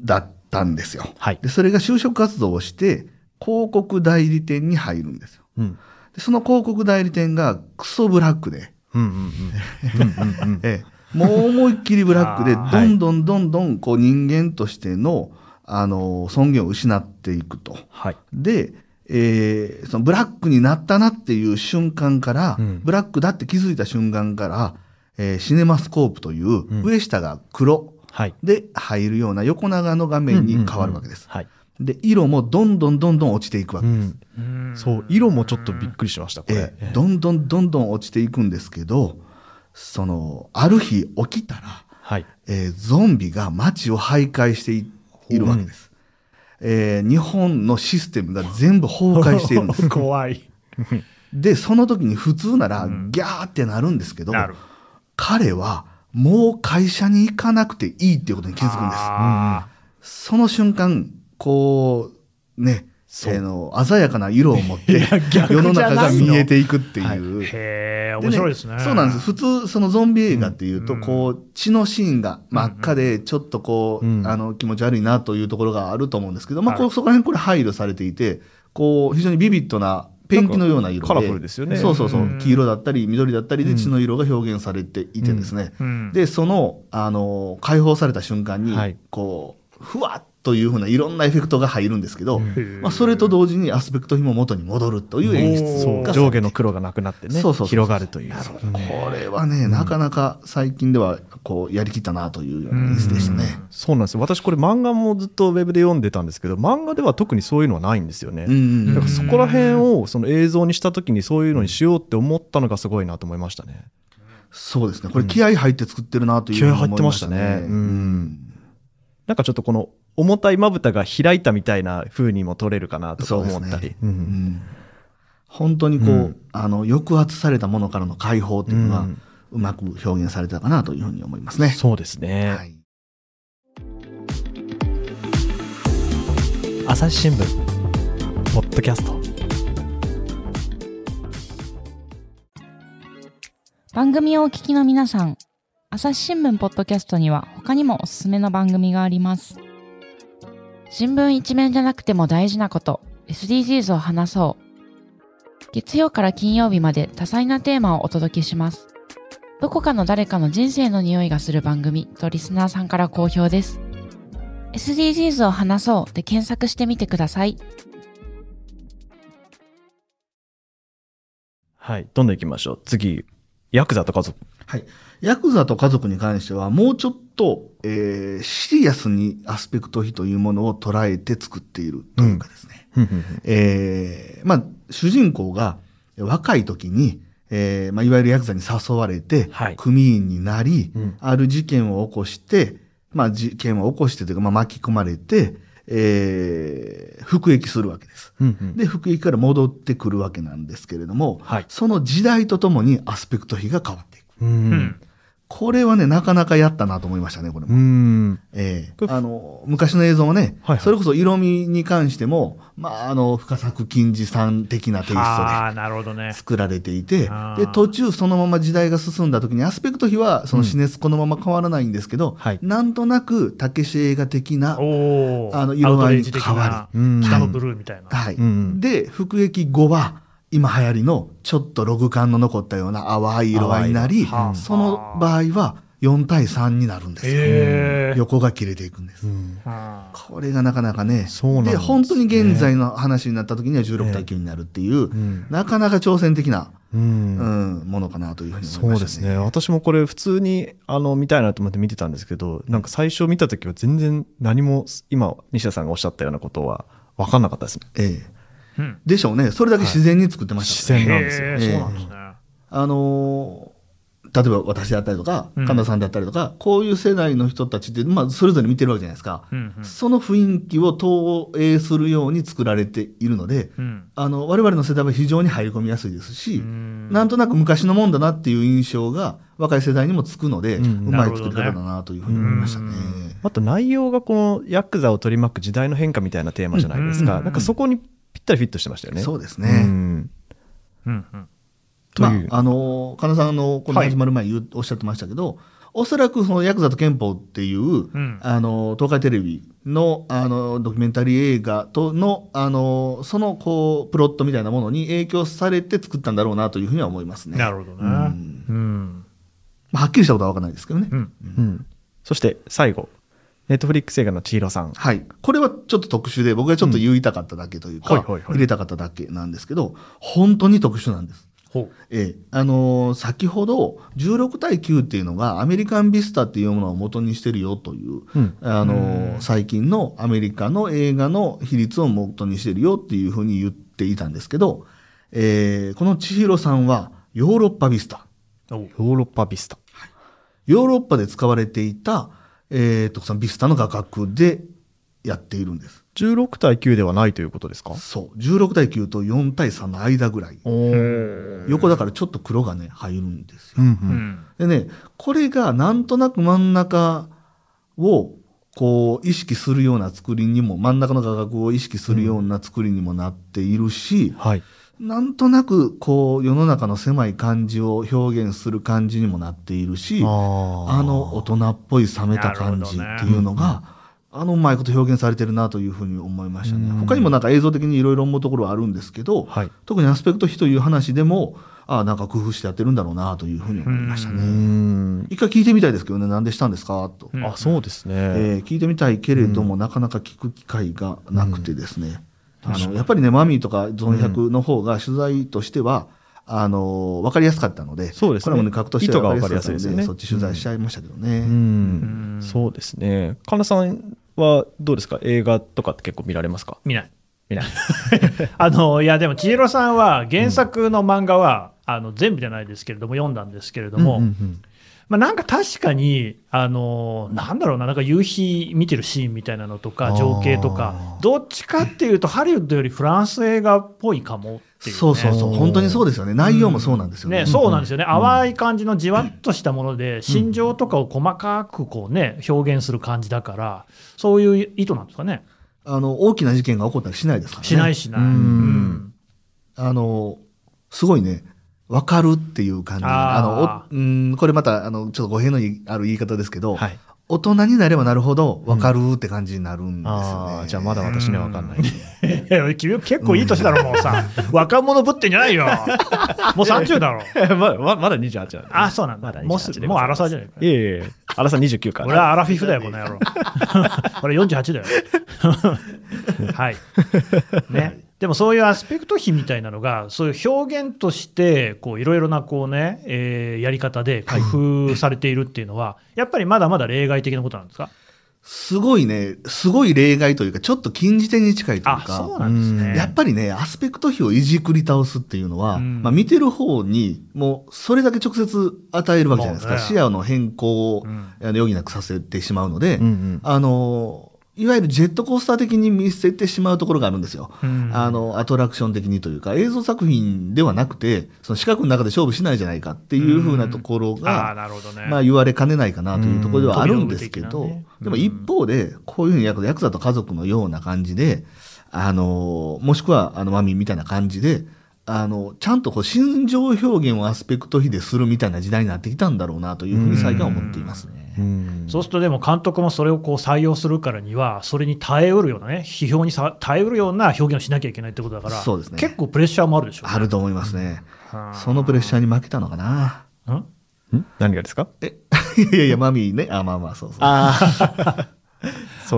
[SPEAKER 2] だったんですよ。
[SPEAKER 1] はい。
[SPEAKER 2] で、それが就職活動をして、広告代理店に入るんですよ。
[SPEAKER 1] うん。
[SPEAKER 2] で、その広告代理店がクソブラックで、
[SPEAKER 1] うんうんうん。うんうんうん
[SPEAKER 2] ええ、もう思いっきりブラックで、
[SPEAKER 3] あー
[SPEAKER 2] どんどんどんどんこう人間としての、あの、尊厳を失っていくと。
[SPEAKER 1] はい。
[SPEAKER 2] で、えーそのブラックになったなっていう瞬間から、
[SPEAKER 1] うん
[SPEAKER 2] ブラックだって気づいた瞬間から、えーシネマスコープとい
[SPEAKER 1] ん
[SPEAKER 2] う、上下が黒
[SPEAKER 1] はい。
[SPEAKER 2] で入るような横長の画面に変わるわけです。
[SPEAKER 1] はい。
[SPEAKER 2] で、色もどんどんどんどん落ちていくわ
[SPEAKER 1] う
[SPEAKER 2] けです。
[SPEAKER 1] ん。そう、色もちょっとびっくりしました、これ。
[SPEAKER 2] えーどんどんどんどん落ちていくんですけど、その、ある日起きたら、
[SPEAKER 1] はい。
[SPEAKER 2] えーゾンビが街を徘徊していいるわけです。えー日本のシステムが全部崩壊している んです。
[SPEAKER 3] 怖い。
[SPEAKER 2] で、その時に普通なら、ギャーってなるんですけど、
[SPEAKER 3] なる。
[SPEAKER 2] 彼はもう会社に行かなくていいっていうことに気づくんです。
[SPEAKER 3] あ
[SPEAKER 2] その瞬間、こう、ね、
[SPEAKER 1] そう
[SPEAKER 2] あの鮮やかな色を 持って
[SPEAKER 4] 逆
[SPEAKER 2] 世の
[SPEAKER 4] じゃ
[SPEAKER 2] 中
[SPEAKER 4] な
[SPEAKER 2] が
[SPEAKER 4] いの
[SPEAKER 2] 見えていくっていう。
[SPEAKER 3] ーへえ、
[SPEAKER 2] でね
[SPEAKER 3] 面白いですね。
[SPEAKER 2] そうなんです。。普通、そのゾンビ映画っていうと、
[SPEAKER 3] うん
[SPEAKER 2] こう、血のシーンが真っ赤で、ちょっとこう、
[SPEAKER 1] うん
[SPEAKER 2] あの、気持ち悪いなというところがあると思うんですけど、まあ、
[SPEAKER 3] はい
[SPEAKER 2] こうそこら辺これ配慮されていて、こう、非常にビビッドな、ペンキのような色で。
[SPEAKER 1] カラフルですよね
[SPEAKER 2] そうそうそうう。
[SPEAKER 3] ん
[SPEAKER 2] 黄色だったり、緑だったり
[SPEAKER 1] う
[SPEAKER 2] で
[SPEAKER 1] ん
[SPEAKER 2] 血の色が表現されていてですね。
[SPEAKER 3] うん、
[SPEAKER 2] で、その、あの、解放された瞬間に
[SPEAKER 1] はい、
[SPEAKER 2] こう、ふわっというふうないろんなエフェクトが入るんですけど、
[SPEAKER 1] うん
[SPEAKER 2] まあ、それと同時にアスペクト比も元に戻るという演出
[SPEAKER 1] そ
[SPEAKER 3] お
[SPEAKER 1] う
[SPEAKER 3] ー
[SPEAKER 2] が
[SPEAKER 1] 上下の黒がなくなってね
[SPEAKER 2] そうそうそうそう
[SPEAKER 1] 広がるという
[SPEAKER 2] これはね、なかなか最近ではこうやりきったなというような演出でしたね。
[SPEAKER 1] そうなんですよ私これ漫画もずっとウェブで読んでたんですけど漫画では特にそういうのはないんですよね、
[SPEAKER 2] うん
[SPEAKER 1] だ
[SPEAKER 2] う
[SPEAKER 1] か
[SPEAKER 2] ん
[SPEAKER 1] らそこら辺をその映像にした時にそういうのにしようって思ったのがすごいなと思いましたね
[SPEAKER 2] そうですね、これ、気合入って作ってるなというふうに
[SPEAKER 1] 気合入っ
[SPEAKER 2] 思い
[SPEAKER 1] て
[SPEAKER 2] ま
[SPEAKER 1] ま
[SPEAKER 2] し
[SPEAKER 1] したた
[SPEAKER 2] ね
[SPEAKER 1] ね。
[SPEAKER 2] うん
[SPEAKER 1] なんかちょっとこの重たいまぶたが開いたみたいな風にも取れるかなとか
[SPEAKER 2] そうで
[SPEAKER 1] 思
[SPEAKER 2] すね
[SPEAKER 1] ったり
[SPEAKER 2] う
[SPEAKER 1] うんん
[SPEAKER 2] 本当にこう、
[SPEAKER 1] うん
[SPEAKER 2] あの抑圧されたものからの解放というのが、
[SPEAKER 1] う
[SPEAKER 2] うんまく表現されたかなというふうに思いますね。
[SPEAKER 1] そうですね、
[SPEAKER 2] はい、
[SPEAKER 1] 朝日新聞ポッドキャスト
[SPEAKER 5] 番組をお聞きの皆さん、朝日新聞ポッドキャストには他にもおすすめの番組があります。新聞一面じゃなくても大事なこと、SDGs を話そう。月曜から金曜日まで多彩なテーマをお届けします。どこかの誰かの人生の匂いがする番組とリスナーさんから好評です。SDGs を話そうで検索してみてください。
[SPEAKER 1] はいどんどんいきましょう次ヤクザと家族
[SPEAKER 2] はい、ヤクザと家族に関しては、もうちょっと、えーシリアスにアスペクト比というものを捉えて作っているというかですね。えーまあ、主人公が若い時に、えーまあ、いわゆるヤクザに誘われて、
[SPEAKER 1] はい
[SPEAKER 2] 組員になり、
[SPEAKER 1] うん
[SPEAKER 2] ある事件を起こして、まあ、事件を起こしてというか、まあ、巻き込まれて、えー服役するわけです。で、服役から戻ってくるわけなんですけれども、
[SPEAKER 1] はい
[SPEAKER 2] その時代とともにアスペクト比が変わっていく。
[SPEAKER 1] うん
[SPEAKER 3] うん。
[SPEAKER 2] これはね、なかなかやったなと思いましたね、これも。
[SPEAKER 1] うん
[SPEAKER 2] ええ
[SPEAKER 1] これ
[SPEAKER 2] あの昔の映像もね、
[SPEAKER 1] はいはい
[SPEAKER 2] それこそ色味に関しても、まあ、あの深作金次さん的なテイスト
[SPEAKER 3] ああ、なるほどね
[SPEAKER 2] で。作られていて
[SPEAKER 3] あ
[SPEAKER 2] で
[SPEAKER 3] ー
[SPEAKER 2] 途中そのまま時代が進んだ時にアスペクト比はそのシネスコのまま変わらないんですけど、
[SPEAKER 1] はい
[SPEAKER 2] なんとなくたけし映画的な、
[SPEAKER 3] おお。
[SPEAKER 2] あの色
[SPEAKER 3] アウト
[SPEAKER 2] 合い
[SPEAKER 3] レイ
[SPEAKER 2] に
[SPEAKER 3] ジ的
[SPEAKER 2] 変わ
[SPEAKER 3] な
[SPEAKER 1] りうん
[SPEAKER 3] 北のブルーみたいな。
[SPEAKER 2] はい
[SPEAKER 1] うん
[SPEAKER 2] で服役後は今流行りのちょっとログ感の残ったような淡い色合いになり、
[SPEAKER 3] 淡い色
[SPEAKER 2] その場合は4対3になるんですよ、
[SPEAKER 3] へえ。
[SPEAKER 2] 横が切れていくんです。
[SPEAKER 1] うん
[SPEAKER 3] あー
[SPEAKER 2] これがなかなかね。
[SPEAKER 1] そうなんですね
[SPEAKER 2] 本当に現在の話になった時には16対9になるっていう、
[SPEAKER 1] ん
[SPEAKER 2] なかなか挑戦的な、
[SPEAKER 1] う
[SPEAKER 2] うんん、ものかなというふうに
[SPEAKER 1] そ
[SPEAKER 2] 思いうま
[SPEAKER 1] で
[SPEAKER 2] し
[SPEAKER 1] す
[SPEAKER 2] た
[SPEAKER 1] ね私もこれ普通にあの見たいなと思って見てたんですけどなんか最初見た時は全然何も今西田さんがおっしゃったようなことは分かんなかったですね
[SPEAKER 2] ええ
[SPEAKER 3] うん
[SPEAKER 2] でしょうね。それだけ自然に作ってました、ね
[SPEAKER 1] 自然なんですよ
[SPEAKER 3] へえ、そうなんですね。
[SPEAKER 2] あのー例えば私であったりとか、
[SPEAKER 3] うん
[SPEAKER 2] 神田さんであったりとか、こういう世代の人たちって、まあ、それぞれ見てるわけじゃないですか。
[SPEAKER 3] うんうん
[SPEAKER 2] その雰囲気を投影するように作られているので、
[SPEAKER 3] うん
[SPEAKER 2] あの、我々の世代は非常に入り込みやすいですし、
[SPEAKER 3] うん
[SPEAKER 2] なんとなく昔のもんだなっていう印象が若い世代にもつくので、う
[SPEAKER 1] うん
[SPEAKER 2] まい作り方だなというふうに思いましたね。
[SPEAKER 1] また内容がこのヤクザを取り巻く時代の変化みたいなテーマじゃないです
[SPEAKER 3] うんうん
[SPEAKER 1] か
[SPEAKER 3] うん
[SPEAKER 1] なんかそこにぴったりフィットしてましたよね
[SPEAKER 2] そうです
[SPEAKER 1] う
[SPEAKER 2] ね。
[SPEAKER 1] ん
[SPEAKER 3] うんうん
[SPEAKER 1] と
[SPEAKER 2] ま
[SPEAKER 1] いう
[SPEAKER 2] あ、あの、神田さんあのこの
[SPEAKER 3] はい
[SPEAKER 2] 始まる前に言う、おっしゃってましたけど、おそらくそのヤクザと憲法っていう、
[SPEAKER 3] ん
[SPEAKER 2] あの東海テレビのあのドキュメンタリー映画とのあのそのこうプロットみたいなものに影響されて作ったんだろうなというふうには思いますね。
[SPEAKER 3] なるほどね。
[SPEAKER 2] うん
[SPEAKER 3] うん。
[SPEAKER 2] まあはっきりしたことは分からないですけどね。
[SPEAKER 3] うん。
[SPEAKER 1] うんそして最後ネットフリックス映画の千尋さん。
[SPEAKER 2] はい。これはちょっと特殊で、僕がちょっと言いたかっただけというか、
[SPEAKER 1] うんはいはいはい
[SPEAKER 2] 入れたかっただけなんですけど、本当に特殊なんです。
[SPEAKER 3] ほ
[SPEAKER 2] ええあのー先ほど16対9っていうのがアメリカンビスタっていうものを元にしてるよという、
[SPEAKER 1] うん
[SPEAKER 2] あのー最近のアメリカの映画の比率を元にしてるよっていうふうに言っていたんですけど、えーこの千尋さんはヨーロッパビスタ。
[SPEAKER 3] うおう
[SPEAKER 1] ヨーロッパビスタ。
[SPEAKER 2] ヨーロッパで使われていた、えーとそのビスタの画角でやっているんです。
[SPEAKER 1] 16対9ではないということですか
[SPEAKER 2] そう。16対9と4対3の間ぐらい。
[SPEAKER 1] おー。
[SPEAKER 2] 横だからちょっと黒がね、入るんですよ。
[SPEAKER 1] うんう。
[SPEAKER 3] うんん
[SPEAKER 2] でね、これがなんとなく真ん中を、こう、意識するような作りにも、真ん中の画角を意識するような作りにもなっているし、
[SPEAKER 1] はい。
[SPEAKER 2] なんとなく、こう、世の中の狭い感じを表現する感じにもなっているし、あ
[SPEAKER 1] あ
[SPEAKER 2] の大人っぽい冷めた感じっていうのが、あのうまいこと表現されてるなというふうに思いましたね。
[SPEAKER 1] うん
[SPEAKER 2] 他にもなんか映像的にいろいろ思うところはあるんですけど、
[SPEAKER 1] はい。
[SPEAKER 2] 特にアスペクト比という話でも、ああ、なんか工夫してやってるんだろうなというふうに思いました
[SPEAKER 1] うー
[SPEAKER 2] ね。
[SPEAKER 1] ん。
[SPEAKER 2] 一回聞いてみたいですけどね、なんでしたんですかと、
[SPEAKER 3] うん
[SPEAKER 1] あ、そうですね。
[SPEAKER 2] えー聞いてみたいけれども、なかなか聞く機会がなくてですね、
[SPEAKER 1] うん
[SPEAKER 2] あ
[SPEAKER 1] 確か
[SPEAKER 2] の
[SPEAKER 1] に
[SPEAKER 2] やっぱりね、マミーとかゾン100の方が取材としては、あの分かりやすかったので、
[SPEAKER 1] そうですね
[SPEAKER 2] これもね、格としては
[SPEAKER 1] 意図が分かりやすいですよね
[SPEAKER 2] 分かりやすかったのそっち取材しちゃいましたけどね。
[SPEAKER 1] うん
[SPEAKER 3] うん
[SPEAKER 1] そうですね。神田さんはどうですか映画とかって結構見られますか
[SPEAKER 3] 見ない。
[SPEAKER 1] 見ない。
[SPEAKER 3] あのいやでも千尋さんは原作の漫画は、あの全部じゃないですけれども読んだんですけれども、
[SPEAKER 1] うんうん
[SPEAKER 3] まあ、なんか確かにあのなんだろうななんか夕日見てるシーンみたいなのと
[SPEAKER 1] あ
[SPEAKER 3] か
[SPEAKER 1] ー
[SPEAKER 3] 情景とかどっちかっていうとハリウッドよりフランス映画っぽいかもっていう、ね、
[SPEAKER 2] そうそうそう、本当にそうですよね。内容もそうなんですよね。
[SPEAKER 3] ね、そうなんですよね、淡い感じのじわっとしたもので、心情とかを細かくこう、ね、表現する感じだから、そういう意図なんですかね、
[SPEAKER 2] あの大きな事件が起こったりしないですからね。
[SPEAKER 3] しないしない。
[SPEAKER 1] うん
[SPEAKER 3] うん
[SPEAKER 2] あの、すごいね、わかるっていう感じ。あ
[SPEAKER 3] あー
[SPEAKER 2] の、おうん、これまた、あの、ちょっと語弊のある言い方ですけど、
[SPEAKER 1] はい。
[SPEAKER 2] 大人になればなるほど、わかるって感じになるんですよね。
[SPEAKER 1] ああ、じゃあまだ私には分かんない。
[SPEAKER 3] いや君結構いい年だろ、もうさ、若者ぶってんじゃないよ、もう30だろ、
[SPEAKER 1] まだ、ままだ28なんで
[SPEAKER 3] あそうなんだ、
[SPEAKER 1] まだ28
[SPEAKER 3] もうす
[SPEAKER 1] で
[SPEAKER 3] も
[SPEAKER 1] ご
[SPEAKER 3] う
[SPEAKER 1] ざい
[SPEAKER 3] 荒
[SPEAKER 1] ます
[SPEAKER 3] さじゃないか、
[SPEAKER 1] いえいえいえ、荒さ29か
[SPEAKER 3] 俺
[SPEAKER 1] ら。
[SPEAKER 3] はアラフィフだよ、この野 郎、俺48だよ、 はい、ね、でもそういうアスペクト比みたいなのが、そういう表現として、こういろいろなこうね、えーやり方で工夫されているっていうのは、やっぱりまだまだ例外的なことなんですか。
[SPEAKER 2] すごいね、すごい例外というか、ちょっと禁じ手に近いという
[SPEAKER 3] あ、そう
[SPEAKER 2] か、
[SPEAKER 3] なんです
[SPEAKER 1] う
[SPEAKER 3] ね。
[SPEAKER 2] やっぱりね、アスペクト比をいじくり倒すっていうのは、
[SPEAKER 3] うん
[SPEAKER 2] まあ見てる方に、もうそれだけ直接与えるわけじゃないですか。
[SPEAKER 3] そうね
[SPEAKER 2] 視野の変更を、
[SPEAKER 3] うん
[SPEAKER 2] あの余儀なくさせてしまうので、
[SPEAKER 1] うんうん
[SPEAKER 2] あの、いわゆるジェットコースター的に見せてしまうところがあるんですよ。
[SPEAKER 3] うん
[SPEAKER 2] あの、アトラクション的にというか、映像作品ではなくて、その視覚の中で勝負しないじゃないかっていうふうなところ
[SPEAKER 3] あー
[SPEAKER 2] が、
[SPEAKER 3] なるほどね。
[SPEAKER 2] まあ言われかねないかなというところではあるんですけど、
[SPEAKER 3] うん飛び道具的なね
[SPEAKER 2] でも一方で、こういうふうにヤクヤクザと家族のような感じで、あの、もしくは、あの、マミーみたいな感じで、あの、ちゃんとこう、心情表現をアスペクト比でするみたいな時代になってきたんだろうなというふうに最近は思っていますね。
[SPEAKER 1] うん
[SPEAKER 3] そうするとでも監督もそれをこう採用するからには、それに耐えうるようなね、批評にさ耐えうるような表現をしなきゃいけないってことだから、
[SPEAKER 2] そうですね
[SPEAKER 3] 結構プレッシャーもあるでしょうね、
[SPEAKER 2] あると思いますね。
[SPEAKER 3] うん
[SPEAKER 2] そのプレッシャーに負けたのかな。
[SPEAKER 3] うん
[SPEAKER 1] ん何がですか
[SPEAKER 2] え、いやいや、マミーね。あ、まあまあ、そうそう。
[SPEAKER 1] そ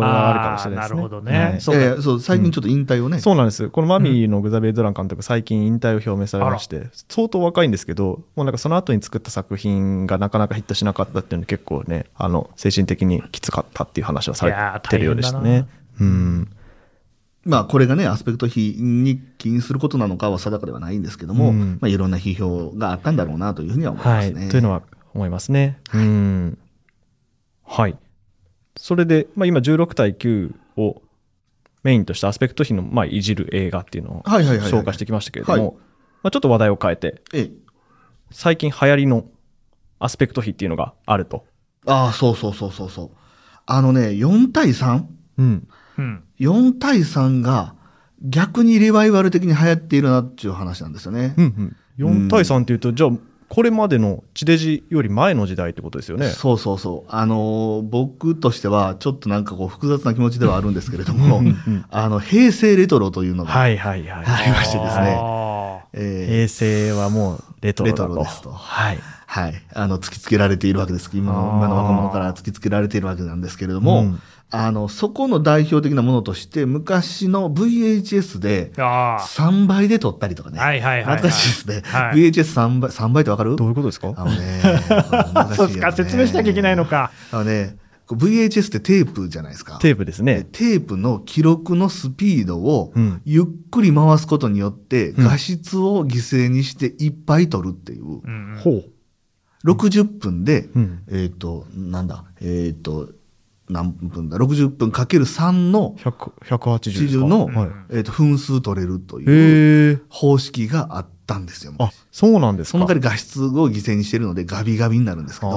[SPEAKER 1] れはあるかもしれないです、ね。
[SPEAKER 3] あーなるほどね
[SPEAKER 1] はい
[SPEAKER 3] そう
[SPEAKER 2] い
[SPEAKER 3] か
[SPEAKER 2] やいやそう最近ちょっと引退をね。
[SPEAKER 1] そうなんです。このマミーのグザベイドラン監督、最近引退を表明されまして、相当若いんですけど、もうなんかその後に作った作品がなかなかヒットしなかったっていうので、結構ね、あの、精神的にきつかったっていう話はされてるようでした
[SPEAKER 3] いやー
[SPEAKER 1] ね。うん。
[SPEAKER 2] まあ、これがね、アスペクト比に起因することなのかは定かではないんですけども、
[SPEAKER 1] うん
[SPEAKER 2] まあ、いろんな批評があったんだろうなというふうには思いま
[SPEAKER 1] は
[SPEAKER 2] す
[SPEAKER 1] い。
[SPEAKER 2] ね。
[SPEAKER 1] というのは思いますね。うん。はい。それで、まあ今16対9をメインとしたアスペクト比の、まあ、いじる映画っていうのを
[SPEAKER 2] はいはいはいはい
[SPEAKER 1] 紹介してきましたけれども、
[SPEAKER 2] はい
[SPEAKER 1] まあ、ちょっと話題を変えて、
[SPEAKER 2] ええ。
[SPEAKER 1] 最近流行りのアスペクト比っていうのがあると。
[SPEAKER 2] ああ、そうそうそうそうそう。あのね、4対 3?4
[SPEAKER 1] うん。
[SPEAKER 3] うん
[SPEAKER 2] 対3が逆にリバイバル的に流行っているなっていう話なんですよね。
[SPEAKER 1] うんうん、4対3っていうと、じゃあ、これまでの地デジより前の時代ってことですよね。
[SPEAKER 2] そうそうそう。あのー僕としては、ちょっとなんかこう、複雑な気持ちではあるんですけれども、あの、平成レトロというのが、
[SPEAKER 1] はいはいはい。
[SPEAKER 2] ありましてですね
[SPEAKER 3] あ
[SPEAKER 2] えー
[SPEAKER 1] 平成はもうレトロだと
[SPEAKER 2] レトロですと
[SPEAKER 1] はい。
[SPEAKER 2] はい、あの突きつけられているわけです今の今の若者から突きつけられているわけなんですけれども、
[SPEAKER 1] うん
[SPEAKER 2] あのそこの代表的なものとして昔の VHS で
[SPEAKER 3] あ
[SPEAKER 2] 3倍で撮ったりとかね、
[SPEAKER 3] あ。はいはいはい、はい。
[SPEAKER 2] 懐かしいですね、
[SPEAKER 3] はい
[SPEAKER 2] VHS3 倍 ,3 倍ってわかる
[SPEAKER 1] どういうことですか
[SPEAKER 2] あのね難しい
[SPEAKER 4] そ
[SPEAKER 2] よね
[SPEAKER 4] うか、説明しなきゃいけないのか。
[SPEAKER 2] あのねこう VHS ってテープじゃないですか
[SPEAKER 1] テープです
[SPEAKER 2] で
[SPEAKER 1] ね。
[SPEAKER 2] テープの記録のスピードを
[SPEAKER 1] うん
[SPEAKER 2] ゆっくり回すことによって
[SPEAKER 1] うん
[SPEAKER 2] 画質を犠牲にしていっぱい撮るっていう、
[SPEAKER 3] うんうん
[SPEAKER 1] ほう。
[SPEAKER 2] 60分で、
[SPEAKER 1] うん
[SPEAKER 2] えっ、となんだえっ、と何分だ60分かける3の
[SPEAKER 1] 100 180です
[SPEAKER 2] 80
[SPEAKER 1] か。
[SPEAKER 2] の、
[SPEAKER 1] はい
[SPEAKER 2] えー、と分数取れるという
[SPEAKER 1] へえ。
[SPEAKER 2] 方式があったんですよ。
[SPEAKER 1] あ、そうなんですか。
[SPEAKER 2] その代わり画質を犠牲にしてるのでガビガビになるんですけど。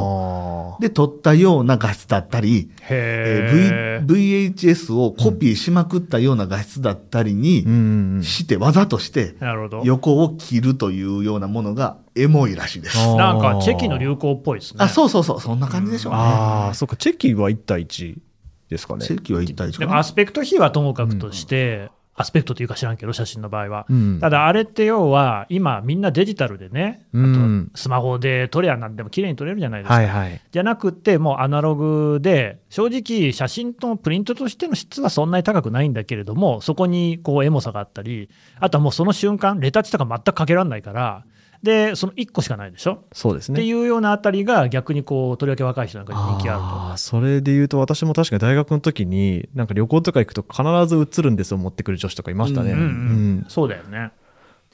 [SPEAKER 1] ああ。
[SPEAKER 2] で、撮ったような画質だったり、
[SPEAKER 3] へ
[SPEAKER 2] えー V- VHS をコピーしまくったような画質だったりに
[SPEAKER 1] うんうんうん。
[SPEAKER 2] して、わざとして
[SPEAKER 3] え。なるほど。
[SPEAKER 2] 横を切るというようなものがエモいらしいです。
[SPEAKER 1] あー
[SPEAKER 3] なんかチェキの流行っぽいですね。
[SPEAKER 2] あ、そうそうそう、そんな感じでしょうね。
[SPEAKER 1] ああ、そっか、チェキは1対1ですかね
[SPEAKER 2] チ。ェキは一対一
[SPEAKER 3] で
[SPEAKER 2] か
[SPEAKER 3] もア
[SPEAKER 2] な。
[SPEAKER 3] スペクト比はともかくとして、アスペクトというか知らんけど、写真の場合は。
[SPEAKER 1] うん
[SPEAKER 3] ただ、あれって要は、今、みんなデジタルでね、あ
[SPEAKER 1] うん
[SPEAKER 3] とスマホで撮れやなんでも綺麗に撮れるじゃないですか。
[SPEAKER 1] はいはい。
[SPEAKER 3] じゃなくて、もうアナログで、正直、写真とプリントとしての質はそんなに高くないんだけれども、そこにこうエモさがあったり、あとはもうその瞬間、レタッチとか全くかけられないから、で、その1個しかないでしょ、
[SPEAKER 1] そうです
[SPEAKER 3] って
[SPEAKER 1] ね。
[SPEAKER 3] いうようなあたりが、逆にこうとりわけ若い人なんかに人気あ
[SPEAKER 1] あーそれで言うと私も確かに大学の時になんか旅行とか行くと必ず映るんですを持ってくる女子とかいましたね。
[SPEAKER 2] う
[SPEAKER 3] る
[SPEAKER 2] ん
[SPEAKER 3] と。うんうん
[SPEAKER 1] うん
[SPEAKER 3] そうだよね。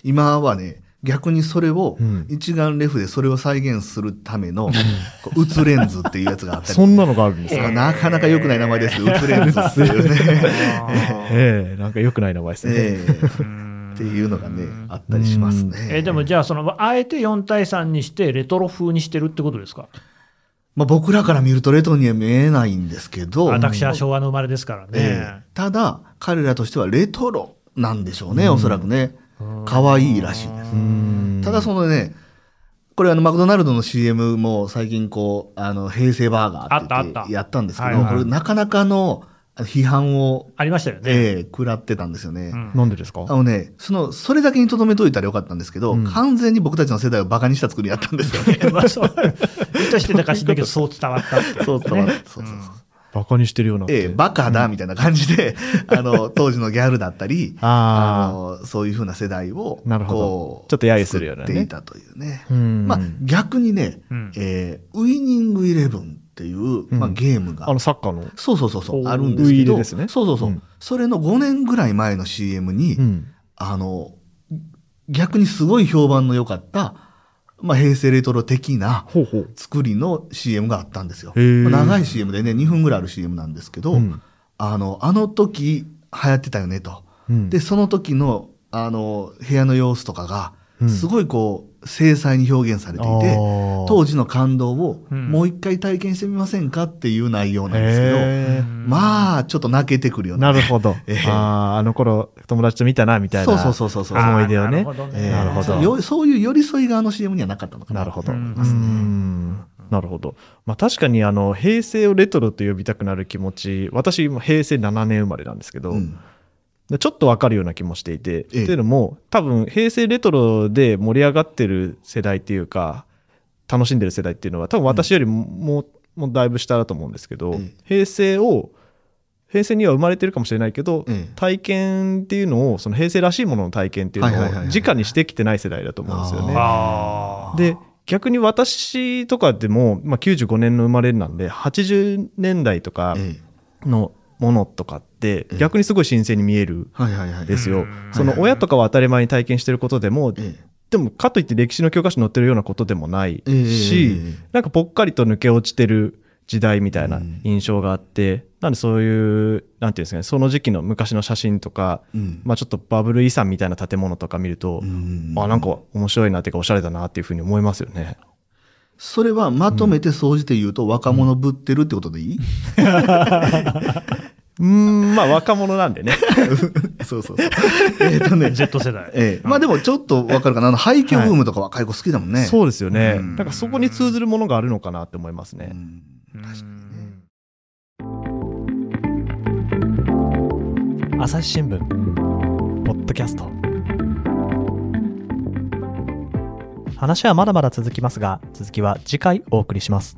[SPEAKER 2] 今はね、逆にそれを
[SPEAKER 1] うん、
[SPEAKER 2] 一眼レフでそれを再現するための、こううつレンズっていうやつがあったり。
[SPEAKER 1] そんなのがあるんですか、
[SPEAKER 2] そうなかなか良くない名前です。うつレンズっていうね。
[SPEAKER 1] ええなんか良くない名前ですね。
[SPEAKER 2] ええ っていうのがね、あったりしますね。
[SPEAKER 3] えーでもじゃあその、あえて4対3にして、レトロ風にしてるってことですか、
[SPEAKER 2] まあ、僕らから見るとレトロには見えないんですけど、
[SPEAKER 3] 私は昭和の生まれですから
[SPEAKER 2] え
[SPEAKER 3] ね
[SPEAKER 2] え。ただ、彼らとしてはレトロなんでしょうね、おそらくね。可愛いらしいです。
[SPEAKER 1] うん
[SPEAKER 2] ただ、そのね、これあのマクドナルドの CM も最近こう、あの平成バーガーって言っ
[SPEAKER 3] あったあってた
[SPEAKER 2] やったんですけ
[SPEAKER 3] はい
[SPEAKER 2] ど、
[SPEAKER 3] はい
[SPEAKER 2] これなかなかの批判を、
[SPEAKER 3] ありましたよね。
[SPEAKER 2] ええ食らってたんですよね。
[SPEAKER 3] うん
[SPEAKER 1] なんでですか
[SPEAKER 2] あのね、その、それだけにとどめといたらよかったんですけど、
[SPEAKER 1] うん
[SPEAKER 2] 完全に僕たちの世代をバカにした作りやったんですよね。
[SPEAKER 3] まあそう。意図してたかしだけど、 そう伝わったっていうね。
[SPEAKER 2] そうそうそうそう
[SPEAKER 3] うん
[SPEAKER 1] バカにしてるような。
[SPEAKER 2] ええ、バカだみたいな感じで、あの、当時のギャルだったり、あ
[SPEAKER 1] あ
[SPEAKER 2] のそういうふうな世代を、
[SPEAKER 1] なるほど
[SPEAKER 2] こう
[SPEAKER 1] ちょっと揶揄するようなね
[SPEAKER 2] 作っていたというね
[SPEAKER 1] あ。。うん
[SPEAKER 2] まあ、逆にね、
[SPEAKER 3] うん
[SPEAKER 2] えーウイニングイレブンっていう、まあ、
[SPEAKER 1] うん
[SPEAKER 2] ゲームが、
[SPEAKER 1] あのサッカーの。
[SPEAKER 2] そうそうそうそ
[SPEAKER 1] お
[SPEAKER 2] う、
[SPEAKER 1] ー
[SPEAKER 2] あるんですけ
[SPEAKER 1] ウイイ
[SPEAKER 2] ど、
[SPEAKER 1] レですね
[SPEAKER 2] そうそうそう、
[SPEAKER 1] うん
[SPEAKER 2] それの5年ぐらい前の CM に、
[SPEAKER 1] うん。
[SPEAKER 2] あの、逆にすごい評判の良かった、まあ、平成レトロ的な
[SPEAKER 1] ほうほう。
[SPEAKER 2] 作りの CM があったんですよ。
[SPEAKER 1] へー
[SPEAKER 2] まあ長い CM でね、2分ぐらいある CM なんですけど、
[SPEAKER 1] うん
[SPEAKER 2] あの、あの時流行ってたよねと。
[SPEAKER 1] うん
[SPEAKER 2] で、その時の、あの、部屋の様子とか
[SPEAKER 1] う
[SPEAKER 2] が、
[SPEAKER 1] ん
[SPEAKER 2] すごいこう、精細に表現されていて、
[SPEAKER 1] あー
[SPEAKER 2] 当時の感動を
[SPEAKER 3] うん
[SPEAKER 2] もう一回体験してみませんかっていう内容なんですけど、
[SPEAKER 1] へー
[SPEAKER 2] まあ、ちょっと泣けてくるよね。
[SPEAKER 1] なるほど。
[SPEAKER 2] ええ
[SPEAKER 1] ああ、あの頃、友達と見たな、みたいな。
[SPEAKER 2] そうそうそうそうそう
[SPEAKER 1] 思い出をね。
[SPEAKER 3] あーなるほどね
[SPEAKER 1] ええなるほど。
[SPEAKER 2] よそういう寄り添い側の CM にはなかったのかな。
[SPEAKER 1] なるほど。う
[SPEAKER 3] うん
[SPEAKER 1] んなるほど。まあ確かに、あの、平成をレトロと呼びたくなる気持ち、私、今平成7年生まれなんですけど、
[SPEAKER 2] うん
[SPEAKER 1] でちょっとわかるような気もしていて、って
[SPEAKER 2] ええ
[SPEAKER 1] いうのも、多分、平成レトロで盛り上がってる世代っていうか、楽しんでる世代っていうのは、多分私よりも、もうもうだいぶ下だと思うんですけど、
[SPEAKER 2] ええ
[SPEAKER 1] 平成を、平成には生まれてるかもしれないけど、
[SPEAKER 2] ええ
[SPEAKER 1] 体験っていうのを、その平成らしいものの体験っていうのを
[SPEAKER 2] はいはいはいはい、
[SPEAKER 1] 直にしてきてない世代だと思うんですよね。
[SPEAKER 3] あー
[SPEAKER 1] で逆に私とかでも、まあ、95年の生まれなんで80年代とか
[SPEAKER 2] ええ
[SPEAKER 1] のものとかって逆にすごい新鮮に見える
[SPEAKER 2] はいはいは
[SPEAKER 1] ん
[SPEAKER 2] い。
[SPEAKER 1] です
[SPEAKER 3] う
[SPEAKER 1] よ
[SPEAKER 3] ん。
[SPEAKER 1] その親とかは当たり前に体験してることでも
[SPEAKER 2] え
[SPEAKER 1] でもかといって歴史の教科書に載ってるようなことでもない
[SPEAKER 2] ええ
[SPEAKER 1] し
[SPEAKER 2] え
[SPEAKER 1] なんかぽっかりと抜け落ちてる時代みたいな
[SPEAKER 2] うん
[SPEAKER 1] 印象があってなんでそういうなんていうんですかねその時期の昔の写真とか
[SPEAKER 2] えうん
[SPEAKER 1] まあちょっとバブル遺産みたいな建物とか見ると
[SPEAKER 2] うん
[SPEAKER 1] あなんか面白いなっていうかおしゃれだなっていうふうに思いますよね。
[SPEAKER 2] それはまとめて総じて言うと若者ぶってるってことでいい、
[SPEAKER 1] うーん、まあ若者なんでね。
[SPEAKER 2] そうそうそう。えっとね、
[SPEAKER 3] Z 世代。
[SPEAKER 2] ええまあでもちょっとわかるかな。あの廃墟ブームとか若い子好きだもんね。
[SPEAKER 1] そうですよね。
[SPEAKER 2] うん
[SPEAKER 1] だからそこに通ずるものがあるのかなって思います
[SPEAKER 2] う
[SPEAKER 1] ね。
[SPEAKER 2] ん確かにね。
[SPEAKER 1] 朝日新聞、ポッドキャスト。
[SPEAKER 6] 話はまだまだ続きますが続きは次回お送りします